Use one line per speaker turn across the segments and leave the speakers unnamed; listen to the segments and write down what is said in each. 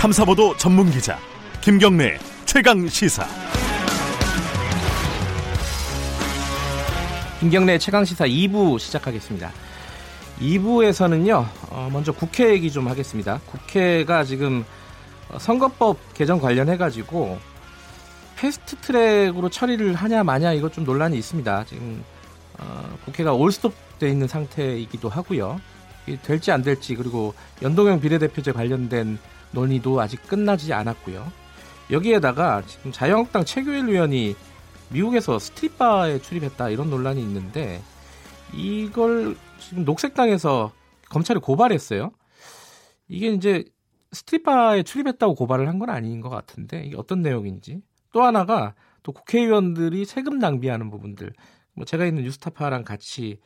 탐사보도 전문 기자 김경래 최강 시사.
김경래 최강시사 2부 시작하겠습니다. 2부에서는요, 어, 먼저 국회 얘기 좀 하겠습니다. 국회가 지금 어, 선거법 개정 관련해가지고 패스트 트랙으로 처리를 하냐 마냐 이것 좀 논란이 있습니다. 지금 어, 국회가 올스톱 돼 있는 상태이기도 하고요. 이게 될지 안 될지 그리고 연동형 비례대표제 관련된 논의도 아직 끝나지 않았고요. 여기에다가 지금 자유한국당 최규일 의원이 미국에서 스트립바에 출입했다 이런 논란이 있는데 이걸 지금 녹색당에서 검찰에 고발했어요. 이게 이제 스트립바에 출입했다고 고발을 한 건 아닌 것 같은데 이게 어떤 내용인지 또 하나가 또 국회의원들이 세금 낭비하는 부분들 뭐 제가 있는 뉴스타파랑 같이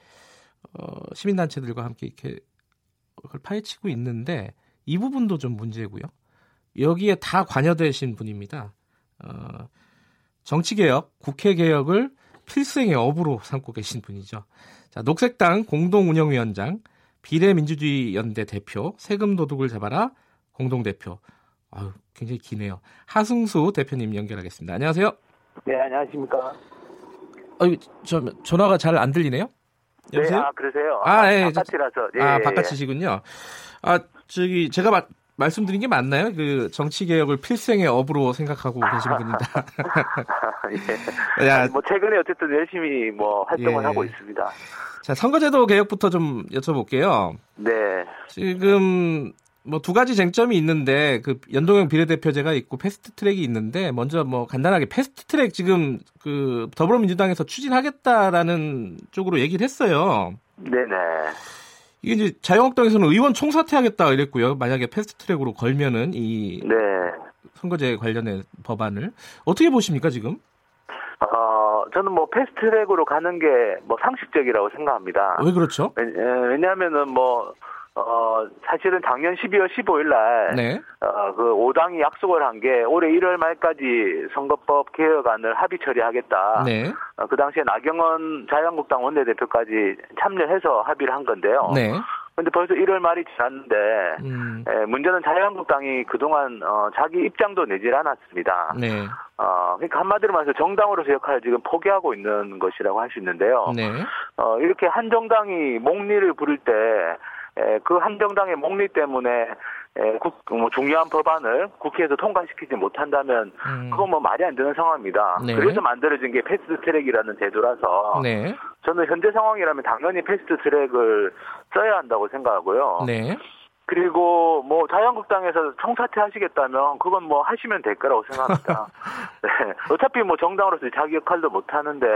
어, 시민단체들과 함께 이렇게 그걸 파헤치고 있는데 이 부분도 좀 문제고요 여기에 다 관여되신 분입니다 어, 정치개혁 국회개혁을 필생의 업으로 삼고 계신 분이죠 자, 녹색당 공동운영위원장 비례민주주의연대 대표 세금도둑을 잡아라 공동대표 아유, 굉장히 기네요. 하승수 대표님 연결하겠습니다. 안녕하세요.
네, 안녕하십니까.
아유, 어, 저 전화가 잘 안 들리네요.
네,
여보세요?
아, 그러세요?
아,
바-
예, 예.
바깥이라서. 예,
아,
예,
바깥이시군요. 아, 저기 제가 마- 말씀드린 게 맞나요? 그 정치 개혁을 필생의 업으로 생각하고 계신 분이다.
아, 예.
야,
뭐, 최근에 어쨌든 열심히 뭐, 활동을
예.
하고 있습니다.
자, 선거제도 개혁부터 좀 여쭤볼게요.
네,
지금 뭐 두 가지 쟁점이 있는데 그 연동형 비례대표제가 있고 패스트 트랙이 있는데 먼저 뭐 간단하게 패스트 트랙 지금 그 더불어민주당에서 추진하겠다라는 쪽으로 얘기를 했어요.
네네.
이게 이제 자유한국당에서는 의원 총사퇴하겠다 이랬고요. 만약에 패스트 트랙으로 걸면은 이
네.
선거제 관련된 법안을 어떻게 보십니까 지금?
어, 저는 뭐, 패스트 트랙으로 가는 게 뭐, 상식적이라고 생각합니다.
왜 그렇죠?
왜, 냐하면은 뭐, 어, 사실은 작년 12월 15일 날,
네.
어, 그 5당이 약속을 한 게 올해 1월 말까지 선거법 개혁안을 합의 처리하겠다.
네.
어, 그 당시에 나경원 자유한국당 원내대표까지 참여해서 합의를 한 건데요.
네.
근데 벌써 1월 말이 지났는데,
음.
예, 문제는 자유한국당이 그동안 어, 자기 입장도 내질 않았습니다.
네.
어, 그러니까 한마디로 말해서 정당으로서 역할을 지금 포기하고 있는 것이라고 할 수 있는데요.
네.
어, 이렇게 한정당이 목리를 부릴 때, 에, 그 한정당의 목리 때문에 에, 국- 뭐 중요한 법안을 국회에서 통과시키지 못한다면
음.
그건 뭐 말이 안 되는 상황입니다.
네.
그래서 만들어진 게 패스트트랙이라는 제도라서
네.
저는 현재 상황이라면 당연히 패스트트랙을 써야 한다고 생각하고요.
네.
그리고 뭐 자유한국당에서 총사퇴 하시겠다면 그건 뭐 하시면 될 거라고 생각합니다. 네. 어차피 뭐 정당으로서 자기 역할도 못 하는데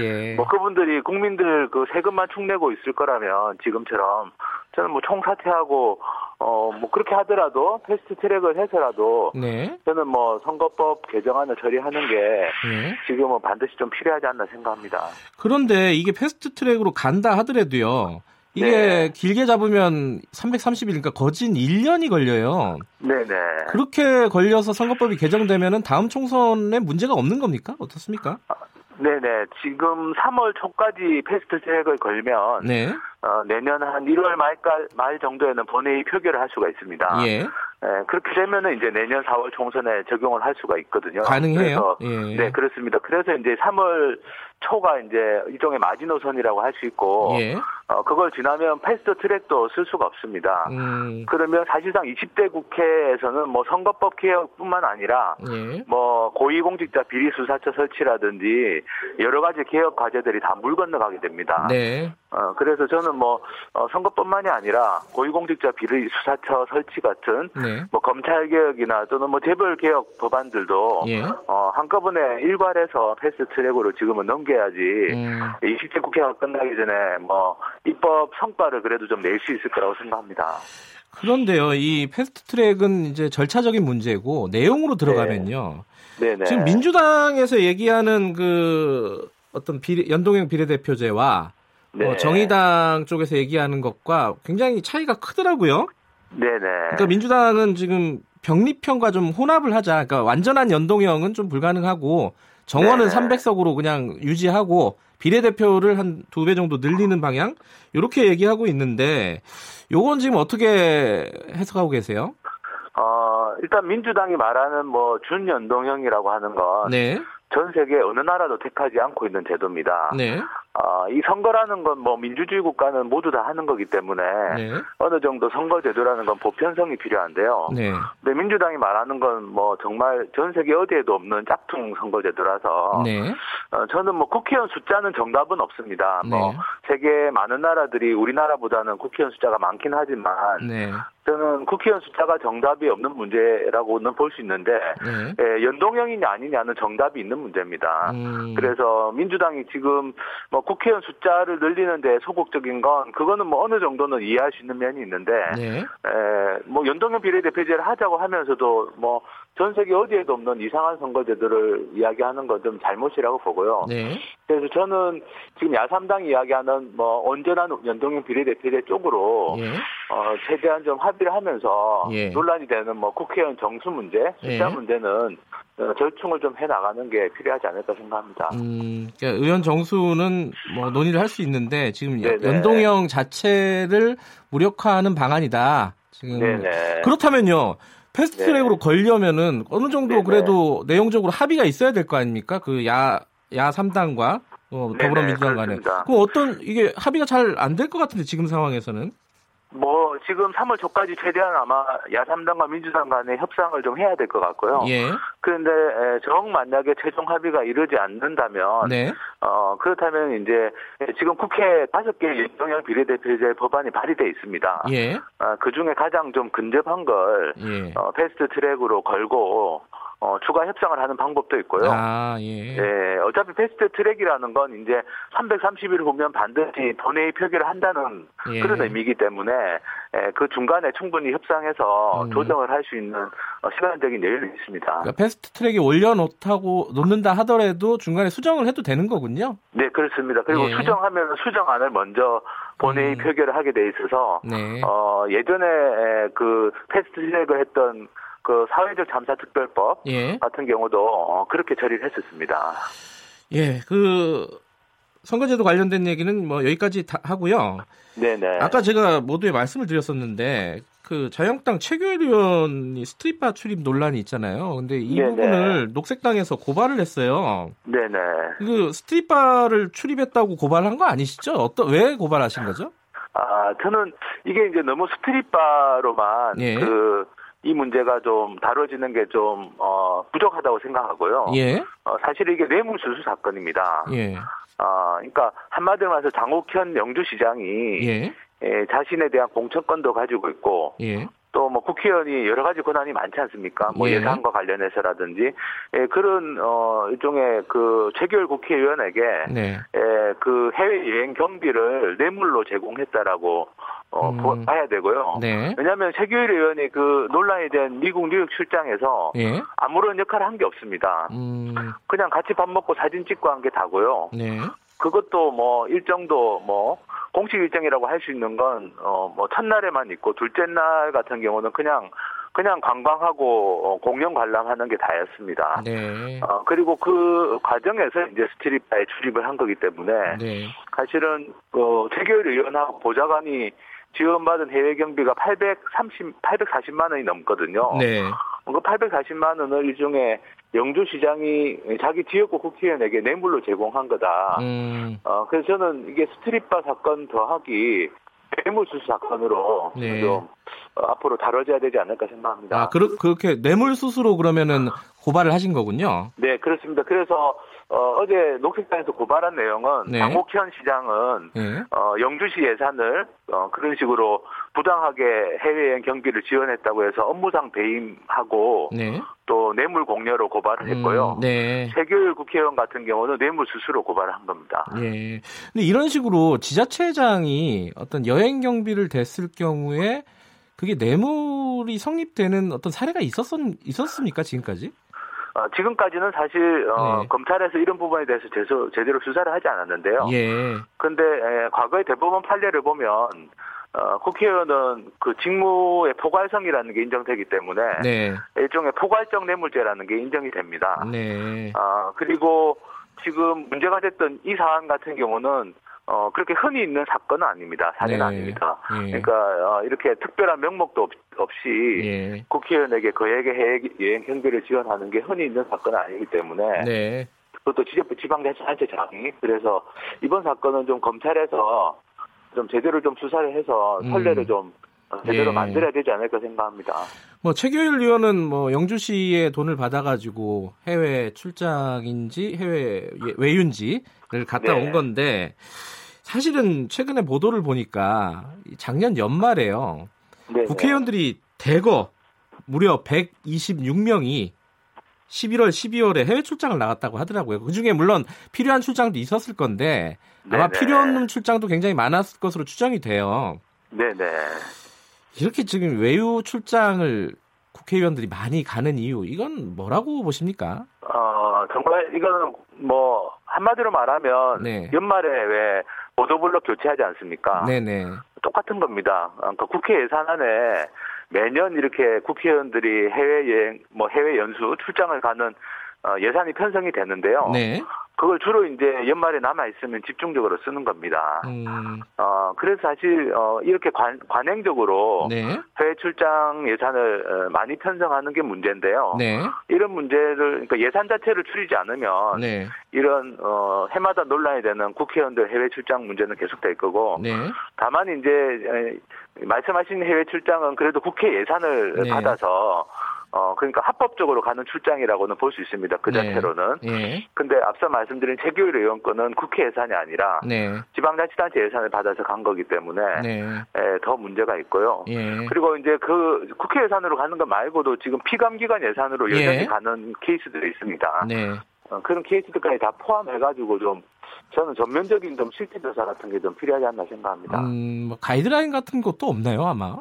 예.
뭐 그분들이 국민들 그 세금만 축내고 있을 거라면 지금처럼 저는 뭐 총사퇴하고 어 뭐 그렇게 하더라도 패스트 트랙을 해서라도
네.
저는 뭐 선거법 개정안을 처리하는 게
네.
지금은 반드시 좀 필요하지 않나 생각합니다.
그런데 이게 패스트 트랙으로 간다 하더라도요. 이게
네.
길게 잡으면 330일, 그러니까 거진 1년이 걸려요.
네네.
그렇게 걸려서 선거법이 개정되면은 다음 총선에 문제가 없는 겁니까? 어떻습니까?
네네. 지금 3월 초까지 패스트 트랙을 걸면
네.
어, 내년 한 1월 말까, 말 정도에는 본회의 표결을 할 수가 있습니다.
예.
예, 그렇게 되면은 이제 내년 4월 총선에 적용을 할 수가 있거든요.
가능해요.
그래서,
예.
네, 그렇습니다. 그래서 이제 3월 초가 이제 일종의 마지노선이라고 할 수 있고,
예.
어, 그걸 지나면 패스트 트랙도 쓸 수가 없습니다.
음.
그러면 사실상 20대 국회에서는 뭐 선거법 개혁뿐만 아니라
예.
뭐 고위공직자 비리수사처 설치라든지 여러 가지 개혁 과제들이 다 물 건너가게 됩니다.
네.
어, 그래서 저는 뭐, 어, 선거뿐만이 아니라 고위공직자 비리 수사처 설치 같은
네.
뭐 검찰 개혁이나 또는 뭐 재벌 개혁 법안들도
예.
어, 한꺼번에 일괄해서 패스트 트랙으로 지금은 넘겨야지
음.
20대 국회가 끝나기 전에 뭐 입법 성과를 그래도 좀 낼 수 있을 거라고 생각합니다.
그런데요, 이 패스트 트랙은 이제 절차적인 문제고 내용으로 들어가면요.
네. 네네.
지금 민주당에서 얘기하는 그 어떤 비례, 연동형 비례대표제와
네.
어, 정의당 쪽에서 얘기하는 것과 굉장히 차이가 크더라고요.
네네.
그러니까 민주당은 지금 병립형과 좀 혼합을 하자. 그러니까 완전한 연동형은 좀 불가능하고 정원은
네.
300석으로 그냥 유지하고 비례대표를 한 두 배 정도 늘리는 방향 이렇게 얘기하고 있는데 요건 지금 어떻게 해석하고 계세요?
어, 일단 민주당이 말하는 뭐 준연동형이라고 하는 건 전
네.
세계 어느 나라도 택하지 않고 있는 제도입니다.
네.
아, 이 선거라는 건 뭐 민주주의 국가는 모두 다 하는 거기 때문에
네.
어느 정도 선거제도라는 건 보편성이 필요한데요.
네.
근데 민주당이 말하는 건 뭐 정말 전 세계 어디에도 없는 짝퉁 선거제도라서
네.
어, 저는 뭐 국회의원 숫자는 정답은 없습니다. 뭐
네.
세계 많은 나라들이 우리나라보다는 국회의원 숫자가 많긴 하지만
네.
저는 국회의원 숫자가 정답이 없는 문제라고는 볼 수 있는데
네.
예, 연동형이냐 아니냐는 정답이 있는 문제입니다.
음,
아, 그래서 민주당이 지금 뭐 국회의원 숫자를 늘리는데 소극적인 건 그거는 뭐 어느 정도는 이해할 수 있는 면이 있는데
네.
에, 뭐 연동형 비례대표제를 하자고 하면서도 뭐 전 세계 어디에도 없는 이상한 선거제도를 이야기하는 건 좀 잘못이라고 보고요.
네.
그래서 저는 지금 야삼당 이야기하는 뭐 온전한 연동형 비례대표제 쪽으로
예.
어, 최대한 좀 합의를 하면서
예.
논란이 되는 뭐 국회의원 정수 문제, 숫자
예.
문제는 어, 절충을 좀 해 나가는 게 필요하지 않을까 생각합니다.
음, 그러니까 의원 정수는 뭐 논의를 할 수 있는데 지금
네네.
연동형 자체를 무력화하는 방안이다. 지금
네네. 네.
그렇다면요. 패스트트랙으로 걸려면은 어느 정도
네네.
그래도 내용적으로 합의가 있어야 될 거 아닙니까? 그 야, 야 3당과 어,
네네,
더불어민주당 간에.
그렇습니다.
그럼 어떤 이게 합의가 잘 안 될 것 같은데 지금 상황에서는.
뭐 지금 3월 초까지 최대한 아마 야삼당과 민주당 간의 협상을 좀 해야 될 것 같고요.
예.
그런데 에, 정 만약에 최종 합의가 이르지 않는다면
네.
어, 그렇다면 이제 지금 국회 다섯 개 연동형 비례대표제 법안이 발의돼 있습니다.
예.
아, 그 중에 가장 좀 근접한 걸
예.
어, 패스트 트랙으로 걸고 어, 추가 협상을 하는 방법도 있고요.
아, 예.
예, 어차피 패스트 트랙이라는 건 이제 330일 후면 반드시 본회의 표결을 한다는
예.
그런 의미이기 때문에 예, 그 중간에 충분히 협상해서
음.
조정을 할 수 있는 어, 시간적인 여유는 있습니다.
그러니까 패스트 트랙에 올려놓다고 놓는다 하더라도 중간에 수정을 해도 되는 거군요.
네, 그렇습니다. 그리고
예.
수정하면 수정안을 먼저 본회의
음.
표결을 하게 돼 있어서
네.
어, 예전에 에, 그 패스트 트랙을 했던 그 사회적 잠사 특별법
예.
같은 경우도 어, 그렇게 처리를 했었습니다.
예. 그 선거제도 관련된 얘기는 뭐 여기까지 다 하고요.
네네.
아까 제가 모두에 말씀을 드렸었는데 그 자영당 최규일 의원이 스트리파 출입 논란이 있잖아요. 근데 이
네네.
부분을 녹색당에서 고발을 했어요.
네네.
그 스트리파를 출입했다고 고발한 거 아니시죠? 어떤 왜 고발하신 거죠?
아 저는 이게 이제 너무 스트릿바로만
예.
그 이 문제가 좀 다뤄지는 게 좀 어, 부족하다고 생각하고요.
예.
어, 사실 이게 뇌물수수 사건입니다.
예.
아, 그러니까 한마디로 말해서 장옥현 영주시장이
예.
예, 자신에 대한 공천권도 가지고 있고
예.
또 뭐 국회의원이 여러 가지 권한이 많지 않습니까? 뭐
예.
예산과 관련해서라든지 예, 그런 어 일종의 그 최결 국회의원에게
네.
예, 그 해외 여행 경비를 뇌물로 제공했다라고 어
음.
보- 봐야 되고요.
네.
왜냐하면 최규일 의원이 그 논란에 대한 미국 뉴욕 출장에서
예.
아무런 역할을 한 게 없습니다.
음.
그냥 같이 밥 먹고 사진 찍고 한 게 다고요.
네.
그것도 뭐 일정도 뭐 공식 일정이라고 할 수 있는 건 어 뭐 첫날에만 있고 둘째 날 같은 경우는 그냥 그냥 관광하고 어, 공연 관람하는 게 다였습니다.
네.
어 그리고 그 과정에서 이제 스트리파에 출입을 한 거기 때문에
네.
사실은 어 최교일 의원하고 보좌관이 지원받은 해외 경비가 830 840만 원이 넘거든요.
네.
그 840만 원을 일종의 영주시장이 자기 지역구 국회의원에게 뇌물로 제공한 거다.
음.
어, 그래서 저는 이게 스트릿바 사건 더하기 뇌물수수 사건으로
네.
좀 어, 앞으로 다뤄져야 되지 않을까 생각합니다.
아, 그렇 그렇게 뇌물 수수로 그러면은 고발을 하신 거군요.
네, 그렇습니다. 그래서 어, 제 녹색당에서 고발한 내용은
네.
장옥현 시장은
예.
어, 영주시 예산을 어, 그런 식으로 부당하게 해외여행 경비를 지원했다고 해서 업무상 배임하고
네.
또 뇌물 공여로 고발을
음,
했고요.
네.
세교일 국회의원 같은 경우는 뇌물 수수로 고발을 한 겁니다.
예. 근데 이런 식으로 지자체장이 어떤 여행 경비를 댔을 경우에 그게 뇌물이 성립되는 어떤 사례가 있었었, 있었습니까, 지금까지?
어, 지금까지는 사실 어,
네.
검찰에서 이런 부분에 대해서 제소, 제대로 수사를 하지 않았는데요.
예.
근데 에, 과거의 대법원 판례를 보면 어, 국회의원은 그 직무의 포괄성이라는 게 인정되기 때문에
네.
일종의 포괄적 뇌물죄라는 게 인정이 됩니다.
네.
아, 그리고 지금 문제가 됐던 이 사안 같은 경우는 어, 그렇게 흔히 있는 사건은 아닙니다. 사례는
네.
아닙니다.
예.
그러니까 어, 이렇게 특별한 명목도 없, 없이
예.
국회의원에게 그에게 해외여행 행비를 지원하는 게 흔히 있는 사건은 아니기 때문에
네.
그것도 지역구 지방자치단체장이 그래서 이번 사건은 좀 검찰에서 좀 제대로 좀 수사를 해서
음.
선례를 좀 제대로
예.
만들어야 되지 않을까 생각합니다.
뭐 최규일 의원은 뭐 영주시의 돈을 받아가지고 해외 출장인지 해외 예- 외유인지를 갔다
네.
온 건데 사실은 최근에 보도를 보니까 이 작년 연말에요
네.
국회의원들이 대거 무려 126명이 11월, 12월에 해외 출장을 나갔다고 하더라고요. 그 중에 물론 필요한 출장도 있었을 건데 아마
네네.
필요 없는 출장도 굉장히 많았을 것으로 추정이 돼요.
네네.
이렇게 지금 외유 출장을 국회의원들이 많이 가는 이유 이건 뭐라고 보십니까?
어, 정말 이거는 뭐 한마디로 말하면
네.
연말에 왜 보도블록 교체하지 않습니까?
네네.
똑같은 겁니다. 어, 그러니까 국회 예산안에 매년 이렇게 국회의원들이 해외 여행, 뭐 해외 연수 출장을 가는 어, 예산이 편성이 되는데요.
네.
그걸 주로 이제 연말에 남아 있으면 집중적으로 쓰는 겁니다.
음,
어 그래서 사실 어 이렇게 관, 관행적으로
네.
해외 출장 예산을 어, 많이 편성하는 게 문제인데요.
네.
이런 문제를 그러니까 예산 자체를 줄이지 않으면
네.
이런 어 해마다 논란이 되는 국회의원들 해외 출장 문제는 계속될 거고
네.
다만 이제 에, 말씀하신 해외 출장은 그래도 국회 예산을
네.
받아서 어 그러니까 합법적으로 가는 출장이라고는 볼 수 있습니다. 그
네.
자체로는.
예.
근데 앞서 말씀드린 최규일 의원 건은 국회 예산이 아니라
네.
지방자치단체 예산을 받아서 간 거기 때문에
네.
에, 더 문제가 있고요.
예.
그리고 이제 그 국회 예산으로 가는 것 말고도 지금 피감기관 예산으로 여전히
예.
가는 케이스들이 있습니다.
네.
어, 그런 케이스들까지 다 포함해가지고 좀 저는 전면적인 좀 실질 조사 같은 게 좀 필요하지 않나 생각합니다.
음, 뭐 가이드라인 같은 것도 없나요, 아마?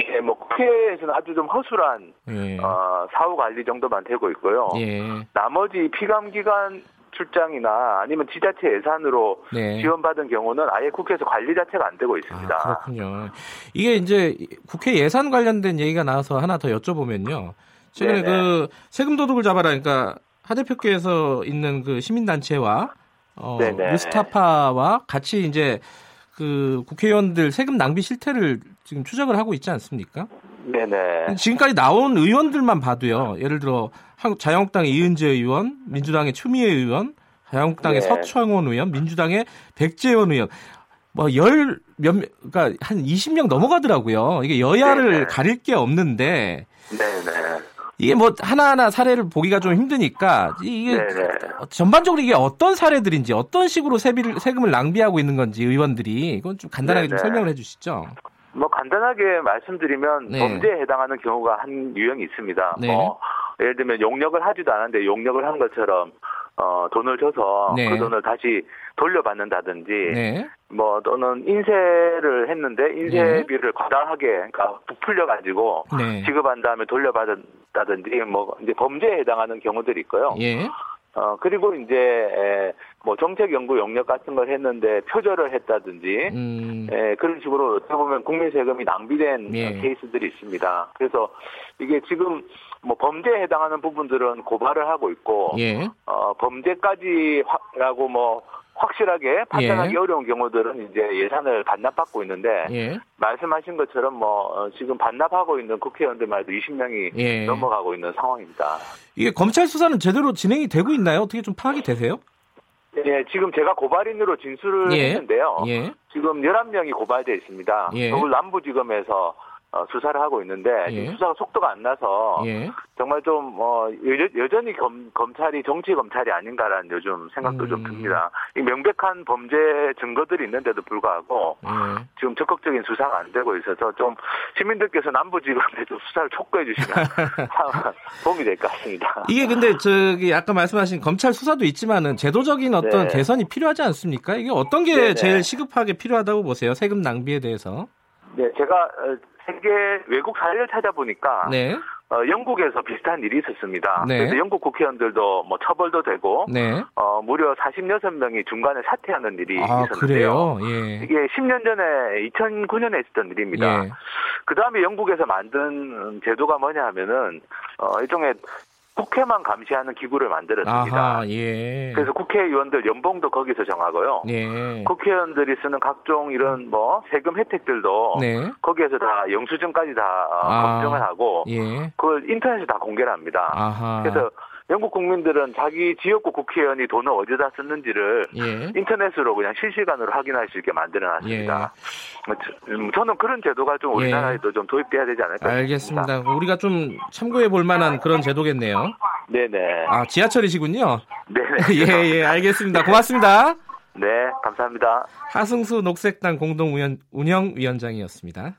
예, 뭐 국회에서는 아주 좀 허술한
예.
어, 사후 관리 정도만 되고 있고요.
예.
나머지 피감기관 출장이나 아니면 지자체 예산으로
네.
지원받은 경우는 아예 국회에서 관리 자체가 안 되고 있습니다.
아, 그렇군요. 이게 이제 국회 예산 관련된 얘기가 나와서 하나 더 여쭤보면요. 최근에
네네.
그 세금 도둑을 잡아라 그러니까 하대표께서 있는 그 시민단체와 어,
네네.
뉴스타파와 같이 이제 그 국회의원들 세금 낭비 실태를 지금 추적을 하고 있지 않습니까?
네네.
지금까지 나온 의원들만 봐도요. 예를 들어 한국 자유한국당의 이은재 의원, 민주당의 추미애 의원, 자유한국당의
네.
서청원 의원, 민주당의 백재원 의원 뭐 열 몇 그러니까 한 20명 넘어가더라고요. 이게 여야를
네, 네.
가릴 게 없는데
네네.
이게 뭐 하나하나 사례를 보기가 좀 힘드니까 이- 이게 어,
네, 네.
전반적으로 이게 어떤 사례들인지 어떤 식으로 세비를 세금을 낭비하고 있는 건지 의원들이 이건 좀 간단하게
네,
좀
네.
설명을 해 주시죠.
뭐 간단하게 말씀드리면
네.
범죄에 해당하는 경우가 한 유형이 있습니다.
네.
뭐 예를 들면 용역을 하지도 않았는데 용역을 한 것처럼 어 돈을 줘서
네.
그 돈을 다시 돌려받는다든지
네.
뭐 또는 인쇄를 했는데 인쇄비를 과다하게 그러니까 부풀려 가지고
네.
지급한 다음에 돌려받았다든지 뭐 이제 범죄에 해당하는 경우들이 있고요.
예.
어 그리고 이제 에, 뭐 정책 연구 용역 같은 걸 했는데 표절을 했다든지
음.
예, 그런 식으로 어떻게 보면 국민 세금이 낭비된
예.
어, 케이스들이 있습니다. 그래서 이게 지금 뭐 범죄에 해당하는 부분들은 고발을 하고 있고
예.
어, 범죄까지라고 뭐 확실하게 판단하기
예.
어려운 경우들은 이제 예산을 반납받고 있는데
예.
말씀하신 것처럼 뭐 어, 지금 반납하고 있는 국회의원들만 해도 20명이
예.
넘어가고 있는 상황입니다.
이게 검찰 수사는 제대로 진행이 되고 있나요? 어떻게 좀 파악이 되세요?
예, 지금 제가 고발인으로 진술을
예.
했는데요.
예.
지금 11명이 고발돼 있습니다.
예.
서울 남부지검에서 어, 수사를 하고 있는데 지금
예.
수사가 속도가 안 나서
예.
정말 좀 어, 여, 전히 검, 검찰이 정치 검찰이 아닌가라는 요즘 생각도
음.
좀 듭니다. 이 명백한 범죄 증거들이 있는데도 불구하고
예.
지금 적극적인 수사가 안 되고 있어서 좀 시민들께서 남부지검에 좀 수사를 촉구해 주시면 참 도움이 될 것 같습니다.
이게 근데 저기 아까 말씀하신 검찰 수사도 있지만은 제도적인 어떤
네.
개선이 필요하지 않습니까? 이게 어떤 게
네네.
제일 시급하게 필요하다고 보세요? 세금 낭비에 대해서.
네, 제가 어, 세계 외국 사례를 찾아보니까
네.
어, 영국에서 비슷한 일이 있었습니다.
네.
그래서 영국 국회의원들도 뭐 처벌도 되고
네.
어, 무려 46명이 중간에 사퇴하는 일이
아,
있었는데요.
그래요. 예.
이게 10년 전에 2009년에 있었던 일입니다.
예.
그 다음에 영국에서 만든 제도가 뭐냐 하면은 어, 일종의 국회만 감시하는 기구를 만들었습니다.
아하, 예.
그래서 그, 국회의원들 연봉도 거기서 정하고요.
예.
국회의원들이 쓰는 각종 이런 뭐 세금 혜택들도
네.
거기에서 다 영수증까지 다 어,
아.
검증을 하고
예.
그걸 인터넷에 다 공개를 합니다.
아하.
그래서 영국 국민들은 자기 지역구 국회의원이 돈을 어디다 썼는지를
예.
인터넷으로 그냥 실시간으로 확인할 수 있게 만들어 놨습니다. 뭐, 저는 그런 제도가 좀 우리나라에도 좀 도입돼야 되지 않을까 싶습니다.
예. 알겠습니다. 우리가 좀 참고해 볼 만한 그런 제도겠네요.
네네.
아, 지하철이시군요. 예,
네네.
예, 알겠습니다. 고맙습니다.
네, 감사합니다.
하승수 녹색당 공동 운영, 운영위원장이었습니다.